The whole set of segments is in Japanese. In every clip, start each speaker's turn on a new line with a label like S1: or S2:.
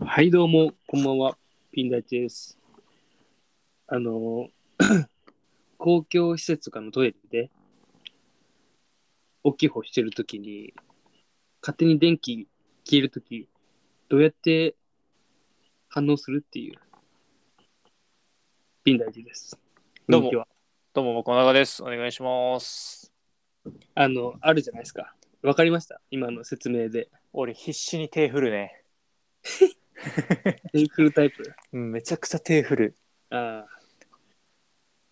S1: はい、どうも、こんばんは。ピンダイチです。あの ー公共施設とかのトイレで、大きい方してるときに、勝手に電気消えるとき、どうやって反応するっていう、ピンダイチです。
S2: どうも
S1: 人気は。
S2: どうも、僕、おなです。お願いします。
S1: あの、あるじゃないですか。わかりました今の説明で。
S2: 俺、必死に手振るね。
S1: テーブルタイプ。
S2: うんめちゃくちゃ手振る。
S1: ああ、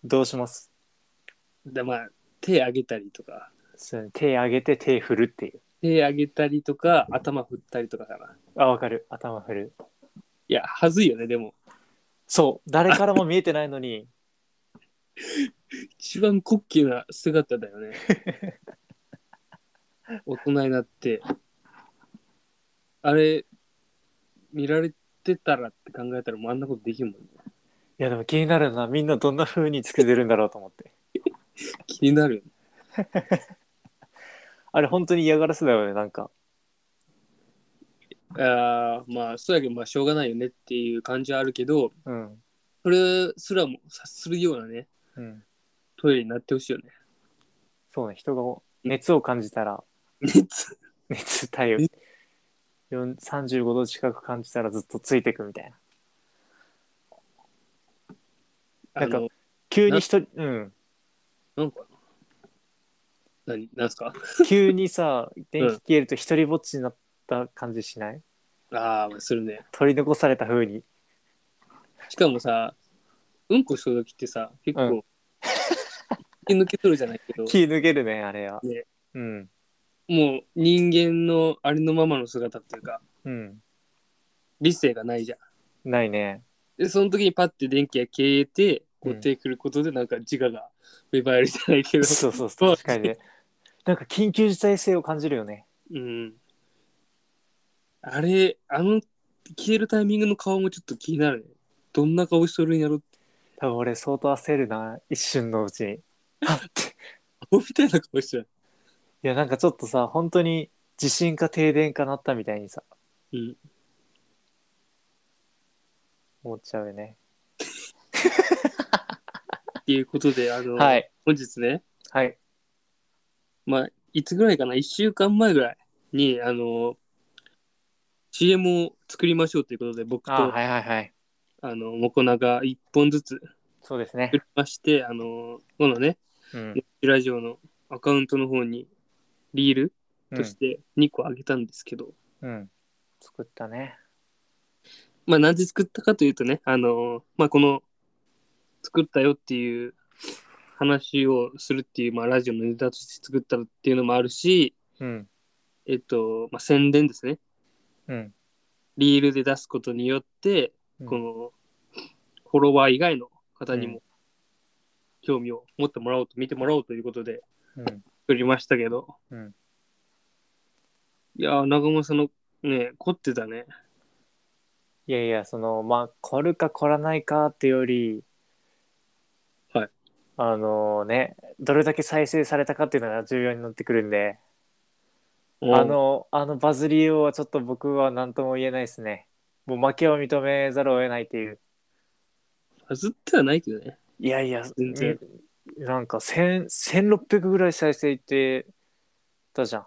S2: どうします
S1: でまあ、手上げたりとか、
S2: そうね手上げて手振るっていう。
S1: 手上げたりとか、頭振ったりとかかな。
S2: あ、わかる。頭振る。
S1: いや、はずいよね、でも。
S2: そう、誰からも見えてないのに、
S1: 一番滑稽な姿だよ ね。大人になって。あれ、見られてたらって考えたら、もうあんなことできるもんね。
S2: いや、でも気になるのはみんなどんな風につけてるんだろうと思って。
S1: 気になるよね。
S2: あれ、本当に嫌がらせだよね、なんか。
S1: あーまあ、そうやけど、まあ、しょうがないよねっていう感じはあるけど、
S2: うん。
S1: それすらも察するようなね、
S2: うん。
S1: トイレになってほしいよね。
S2: そうね、人が熱を感じたら、
S1: 熱
S2: 熱体温。4 35度近く感じたらずっとついてくみたいな。
S1: あ
S2: なん
S1: の、
S2: 急に一人、うん。
S1: なんか、何、なんすか
S2: 急にさ電気消えると一人ぼっちになった感じしない、
S1: ああ、するね。
S2: 取り残された風に
S1: しかもさ、うんこした時ってさ、結
S2: う
S1: 構、気抜けとるじゃないけど、
S2: 気抜けるねあれは、
S1: ね
S2: うん
S1: もう人間のありのままの姿っていうか、
S2: うん
S1: 理性がないじゃん。
S2: ないね
S1: で、その時にパッて電気が消えて、こ
S2: う
S1: うん手くることでなんか自我が芽生えるじゃないけど、
S2: そうそう
S1: そ
S2: そう
S1: う
S2: 確かにねなんか緊急事態性を感じるよね
S1: うん。あれ、あの、消えるタイミングの顔もちょっと気になるね。どんな顔しとるんやろって、
S2: 多分俺相当焦るな一瞬のうちにあって
S1: 顔みたいな顔してる。
S2: いやなんかちょっとさ本当に地震か停電かなったみたいにさ
S1: うん。
S2: 思っちゃうよね
S1: っていうことで、あの、
S2: はい
S1: 本日ね、
S2: はい
S1: まあ、いつぐらいかな、1週間前ぐらいに、あの、CM を作りましょうということで、僕と、
S2: あはいはいはい
S1: あの、モコナが1本ずつ
S2: そうですね
S1: 作りまして、あの、このね、
S2: うん
S1: ネットラジオのアカウントの方に、リール
S2: う
S1: と
S2: ん
S1: して2個あげたんですけど、
S2: うん作ったね
S1: まあ、なぜ作ったかというとね、あの、まあ、この、作ったよっていう話をするっていう、まあ、ラジオのネタとして作ったっていうのもあるし、
S2: うん
S1: えっと、まあ、宣伝ですね。
S2: うん
S1: リールで出すことによって、
S2: うん
S1: このフォロワー以外の方に
S2: う
S1: も興味を持ってもらおうと、見てもらおうということで
S2: うん
S1: 作りましたけど、
S2: うん
S1: いやー、長間さんのね、凝ってたね。
S2: いやいや、その、まあ、来るか来らないかってより、
S1: はい。
S2: あのね、どれだけ再生されたかっていうのが重要になってくるんで、あの、あのバズりようはちょっと僕は何とも言えないですね。もう負けを認めざるを得ないっていう。
S1: バズってはないけどね。
S2: いやいや、
S1: 全然
S2: みなんか1000 1600ぐらい再生いってたじゃん。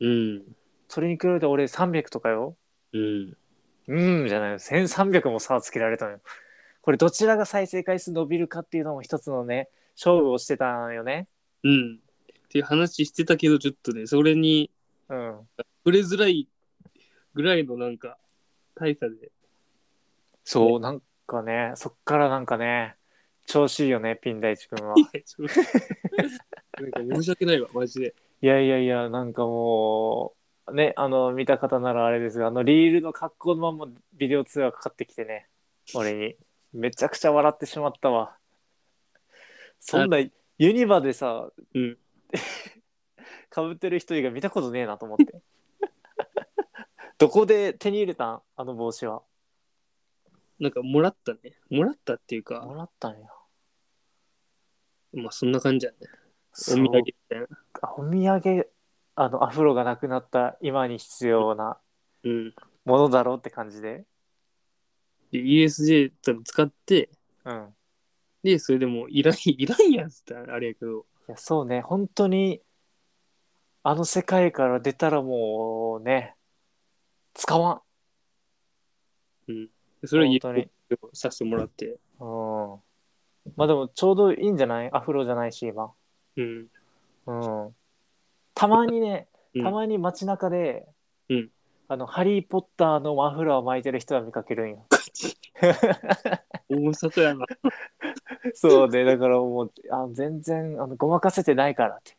S1: うん。
S2: それに比べて俺300とかよ。
S1: うん。
S2: うん、じゃないよ。1300も差をつけられたのよ。これ、どちらが再生回数伸びるかっていうのも一つのね、勝負をしてたのよね。
S1: うん。っていう話してたけど、ちょっとね、それに
S2: うん。
S1: 触れづらいぐらいのなんか、大差で。
S2: そう、なんかね、そっからなんかね、調子いいよね、ピン大地君は。
S1: なんか申し訳ないわ、マジで。
S2: いやいやいや、なんかもう、ね、あの、見た方ならあれですが、あの、リールの格好のままビデオ通話かかってきてね、俺に。めちゃくちゃ笑ってしまったわ。そんな、ユニバでさ、
S1: うん
S2: かぶってる人以外見たことねえなと思って。どこで手に入れたんあの帽子は。
S1: なんか、もらったね。もらったっていうか
S2: も、らったんや。
S1: まあ、そんな感じだね。お土
S2: そう
S1: 産みたいな。
S2: あお土産あのアフロがなくなった今に必要な
S1: うん。
S2: ものだろうって感じで
S1: で USJ 多分使って、
S2: うん。
S1: で、それでもういらん、 いらんやんっつったらあれやけど、
S2: いや、そうね、本当に、あの世界から出たらもうね、使わん。
S1: それを
S2: 本当に。
S1: させてもらって、
S2: うん。まあでも、ちょうどいいんじゃないアフロじゃないし、今。
S1: うん。
S2: うん。たまにね、
S1: うん
S2: たまに街中で、
S1: うん
S2: あの、ハリー・ポッターのマフラーを巻いてる人は見かけるんよ。
S1: 大阪やな。
S2: そうね、だからもう、あ全然、あの、ごまかせてないからって。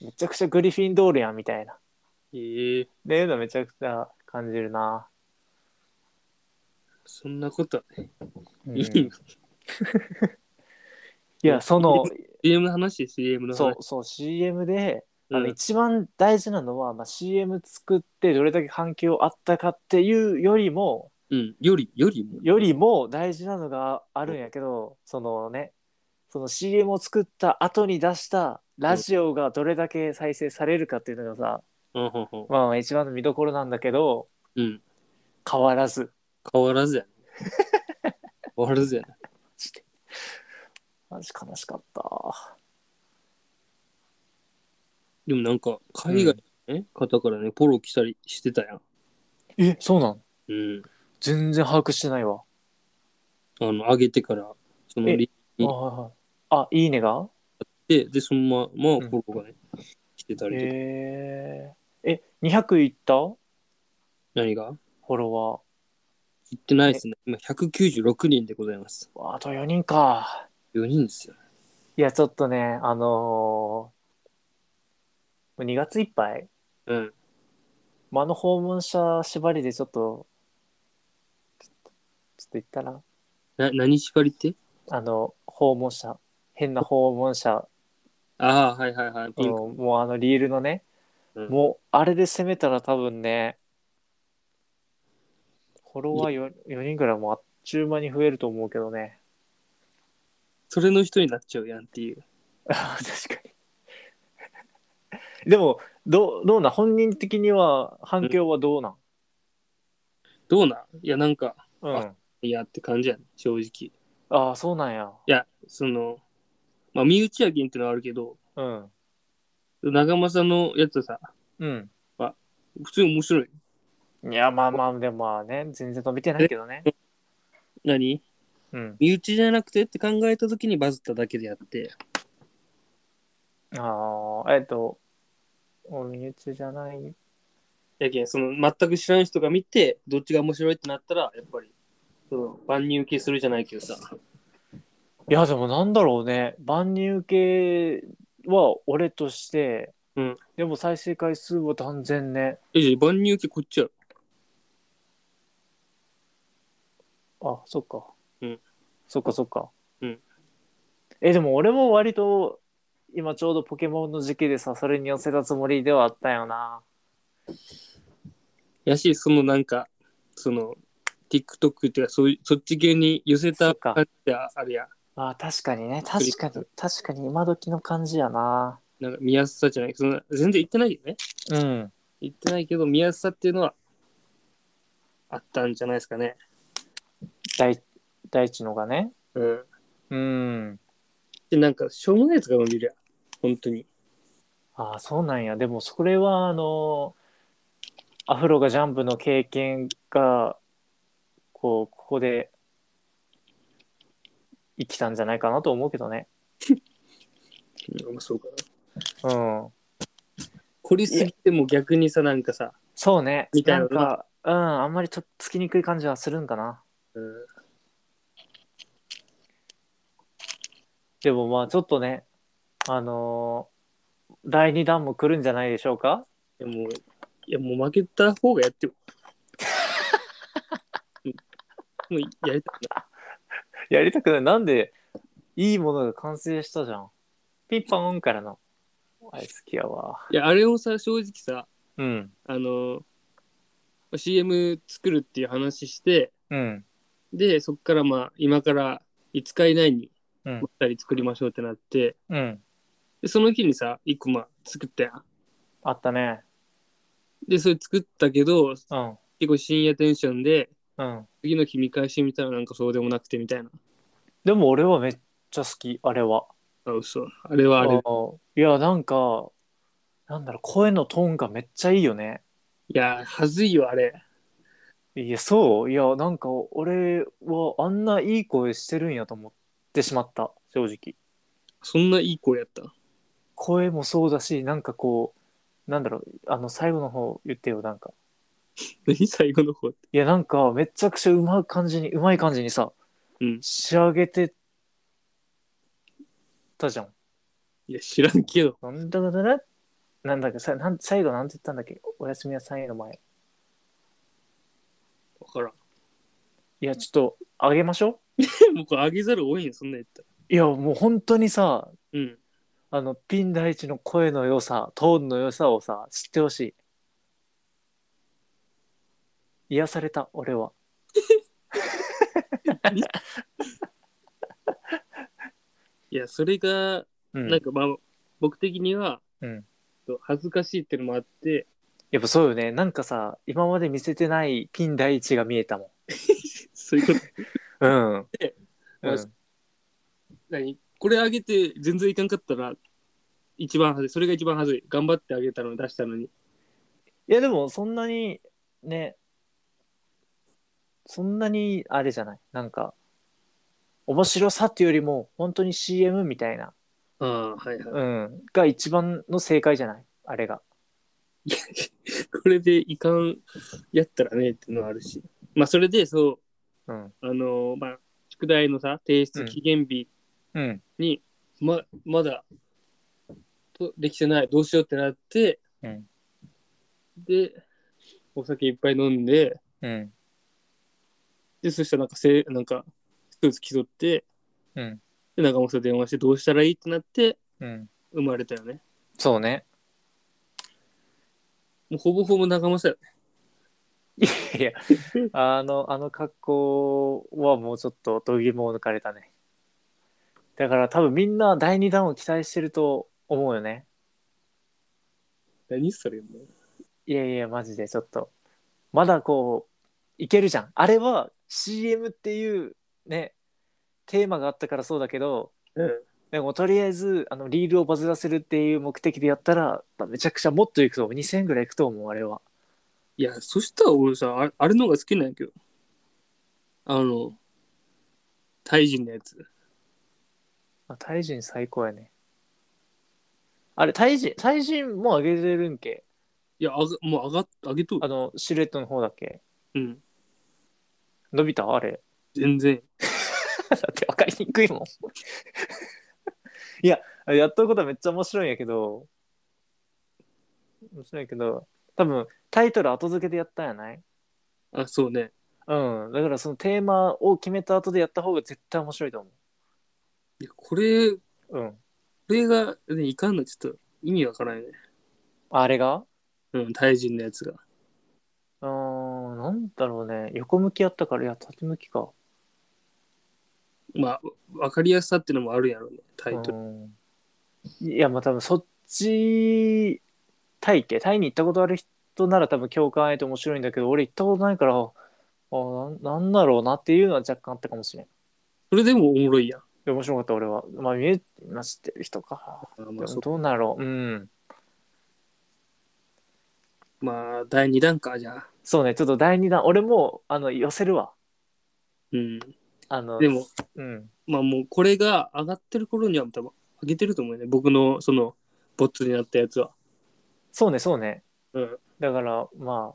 S2: めちゃくちゃグリフィンドールやん、みたいな。
S1: ええ
S2: ねいうのめちゃくちゃ感じるな。
S1: そんなことはね、
S2: うん
S1: いい
S2: い
S1: よ。
S2: や、 その、
S1: CM の話、CM の話。
S2: そう、そう、CM で、あ
S1: う
S2: の
S1: ん
S2: 一番大事なのは、まあ、CM 作ってどれだけ反響あったかっていうよりも
S1: うん、より、よりも。
S2: よりも大事なのがあるんやけどそのねその CM を作った後に出したラジオがどれだけ再生されるかっていうのがさ、
S1: うん、ほんほん
S2: まあまあ一番の見どころなんだけど
S1: うん、
S2: 変わらず
S1: 変わらずやね。 変わらずやね。
S2: マジ悲しかった
S1: でもなんか、海外の、ね方からね、ポロ来たりしてたやん。
S2: えそうなん
S1: うん。
S2: 全然把握してないわ、
S1: あの、上げてから、その
S2: え
S1: リ
S2: あ
S1: うん
S2: はいはいあいいねが
S1: で、で、そのま
S2: う
S1: ま
S2: ん
S1: ポロがね、来てたりとか。
S2: へええ200いったフ
S1: 何が
S2: ォロワー
S1: 言ってないですね。今、196人でございます。
S2: あと4人か。
S1: 4人ですよ。
S2: いや、ちょっとね、あのー、もう2月いっぱい、
S1: うん。
S2: まあ、あの訪問者縛りでちょっと、ちょっと言ったら、
S1: な、何縛りって
S2: あの、訪問者、変な訪問者、
S1: ああ、はいはいはい。ピンク。
S2: うんもうあのリールのね、
S1: うん
S2: もうあれで攻めたら多分ね、フォロワー 4, 4人ぐらいもうあっちゅう間に増えると思うけどね。
S1: それの人になっちゃうやんっていう。
S2: あー確かに。でも、どう、どうなん本人的には反響はどうなん
S1: どうなんいや、なんか、
S2: うん。あ
S1: いやって感じやね、正直。い
S2: あー、そうなんや。
S1: や、その、まあ、身内やけんってのはあるけど、
S2: うん。
S1: 長政のやつはさ、
S2: うん。
S1: 普通に面白い。
S2: いや、まあまあ、でもまあね、全然伸びてないけどね。
S1: 何
S2: うん。
S1: 身内じゃなくてって考えた時にバズっただけであって、
S2: ああ、えっと、お身内じゃない。
S1: やけん、その、全く知らん人が見て、どっちが面白いってなったら、やっぱり、その、万人受けするじゃないけどさ、
S2: いや、でもなんだろうね。万人受けは俺として、
S1: うん
S2: でも再生回数は断然ね。
S1: え、じゃあ万人受けこっちやろ。
S2: あ、そっか。
S1: うん。
S2: そっかそっか。
S1: うん。
S2: え、でも俺も割と今ちょうどポケモンの時期でさ、それに寄せたつもりではあったよな。
S1: やし、そのなんか、その、TikTok っていうか、そういう、そっち系に寄せ
S2: そ
S1: た
S2: っか
S1: 感じでああるやん。
S2: まあ確かにね、確かに、確かに今時の感じやな。
S1: なんか見やすさじゃない、その全然言ってないよね。
S2: うん。
S1: 言ってないけど、見やすさっていうのはあったんじゃないですかね。
S2: 大大地のがね。
S1: うん。
S2: うん。
S1: で、なんか、しょうもないやつが伸びるやん。本当に。
S2: ああ、そうなんや。でもそれはあの、アフロがジャンプの経験が、こう、ここで生きたんじゃないかなと思うけどね。
S1: うん、まあそうかな。
S2: うん。
S1: 凝りすぎても逆にさ、なんかさ、
S2: そうね。
S1: みたいな
S2: なんか、うん、あんまりとっつきにくい感じはするんかな。
S1: うん、
S2: でもまあちょっとね、あのー第2弾も来るんじゃないでしょうか
S1: いやもう、いやもう負けた方がや ってよ。うんもうやりたくない。
S2: やりたくない。なんで、いいものが完成したじゃん。ピンポーンからの。あれ好きやわ。
S1: いや、あれをさ、正直さ、
S2: うん。
S1: あの、まあ CM 作るっていう話して、
S2: うん。
S1: で、そっからまあ、今から5日以内に、
S2: うん
S1: お二人作りましょうってなって、
S2: うん。
S1: で、その日にさ、1個まあ、作ったやん。
S2: あったね。
S1: で、それ作ったけど、
S2: うん。
S1: 結構深夜テンションで、
S2: うん。
S1: 次の日見返してみたらなんかそうでもなくてみたいな。
S2: でも俺はめっちゃ好き、あれは。
S1: あ、嘘。あれはあれ。
S2: のいや、なんか、なんだろう、声のトーンがめっちゃいいよね。
S1: いや、はずいよ、あれ。
S2: いや、そう。いや、なんか俺はあんないい声してるんやと思ってしまった、正直。
S1: そんないい声やった。
S2: 声もそうだし、なんかこう、なんだろう、あの、最後の方言ってよ、なんか。
S1: 何最後の方って。
S2: いや、なんか、めちゃくちゃうまい感じに、うまい感じにさ、
S1: うん
S2: 仕上げてたじゃん。
S1: いや、知らんけど。
S2: なんだかだだなんだかさなん最後なんて言ったんだっけおやすみなさいの前。
S1: わからん。
S2: いや、ちょっと、あげましょ
S1: もうこれあげざるを得んよ、そんなんやったら。
S2: う。いや、もう本当にさ、
S1: うん。
S2: あの、ピン大地の声の良さ、トーンの良さをさ、知ってほしい。癒された、俺は。
S1: いや、それが、
S2: うん。
S1: なんかまあ、僕的には、
S2: うん
S1: 恥ずかしいってのもあって、
S2: やっぱそうよね。なんかさ、今まで見せてないピン大地が見えたもん。
S1: そう いうこと。
S2: うん。
S1: で
S2: うん
S1: まあ何これあげて全然いかんかったら、一番はずい。それが一番はずい。頑張ってあげたの、出したのに。
S2: いやでもそんなにねそんなにあれじゃないなんか面白さっていうよりも本当に CM みたいな、
S1: ああ、はいは
S2: うん、が一番の正解じゃないあれが
S1: い。 これでいかんやったらねっていうのはあるし。まあ、それで、そ
S2: うん
S1: う、あのーまあ、宿題のさ、提出期限日
S2: うん
S1: に、ま、まだ、とできてない。どうしようってなって、
S2: うん
S1: で、お酒いっぱい飲んで、
S2: うん
S1: で、そしたらなんかせ、なんか、スーツ着とって、
S2: うん
S1: で、なんかもうそれ電話してどうしたらいいってなって、
S2: うん
S1: 生まれたよね。
S2: そうね
S1: もうほぼほぼ仲間さよ。
S2: いやあのあの格好はもうちょっと度肝を抜かれたねだから多分みんな第2弾を期待してると思うよね
S1: 何それもう。
S2: いやいや、マジでちょっと。まだこう、いけるじゃん。あれは CM っていうね、テーマがあったからそうだけど、
S1: うん。
S2: でもとりあえず、あの、リールをバズらせるっていう目的でやったら、まあめちゃくちゃもっといくと思う。2000円ぐらいいくと思う、あれは。
S1: いや、そしたら俺さ、あれあれの方が好きなんやけど。あの、タイ人のやつ。
S2: あ、タイ人最高やね。あれ、タイ人、タイ人も上げれるんけ
S1: いや、あがもう上がっ、上げと
S2: あ
S1: る。
S2: の、シルエットの方だっけ
S1: うん。
S2: 伸びたあれ。
S1: 全然。
S2: だって分かりにくいもん。 いや、やっとることはめっちゃ面白いんやけど、面白いけど、多分タイトル後付けでやったんやない
S1: あ、そうね。
S2: うん。だからそのテーマを決めた後でやった方が絶対面白いと思
S1: いや、これ、こ
S2: う。うん。
S1: れが、ね、いかんのちょっと意味わからないね。
S2: あれが
S1: うん、タイ人のやつが。
S2: うーん、なんだろうね。横向きやったから、いや、縦向きか。
S1: まあ、わかりやすさってのもあるやろね、タイトル。
S2: うんいや、まあ多分そっち、タイって、タイに行ったことある人なら多分共感得て面白いんだけど、俺行ったことないから、あななんだろうなっていうのは若干あったかもしれん。い
S1: それでもおもろいやん。
S2: や面白かった、俺は。まあ、見え、まあ、知ってる人か。
S1: あ
S2: で
S1: ま
S2: も
S1: あ、そ
S2: どうなろう。うん。
S1: うまあ、第2弾か、じゃあ。
S2: そうね、ちょっと第2弾、俺も、あの、寄せるわ。
S1: うん。
S2: あの、
S1: でも、
S2: うん。
S1: まあもうこれが上がってる頃には多分上げてると思うよね。僕のそのボッツになったやつは。
S2: そうね、そうね。
S1: うん。
S2: だから、まあ、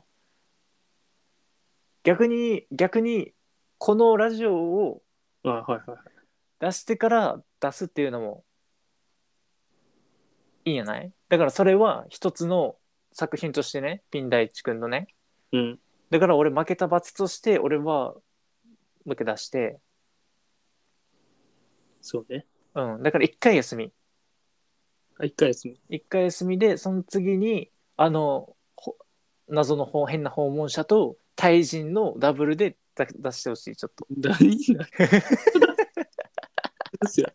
S2: 逆に、逆に、このラジオを
S1: あはいはい。
S2: 出してから出すっていうのもいいんやないだからそれは一つの作品としてねピン大地君のね
S1: うん。
S2: だから俺負けた罰として俺は向け出して
S1: そうね。
S2: うんだから一回休み
S1: あ一回休み。
S2: 一回休みでその次にあのほ謎の方変な訪問者と対人のダブルで出出してほしいちょっと
S1: 何に なるですよ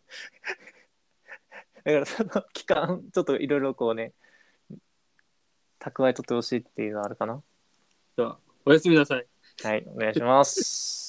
S2: だからその期間ちょっといろいろこうね蓄えとってほしいっていうのはあるかな
S1: おやすみなさい。
S2: はい、お願いします。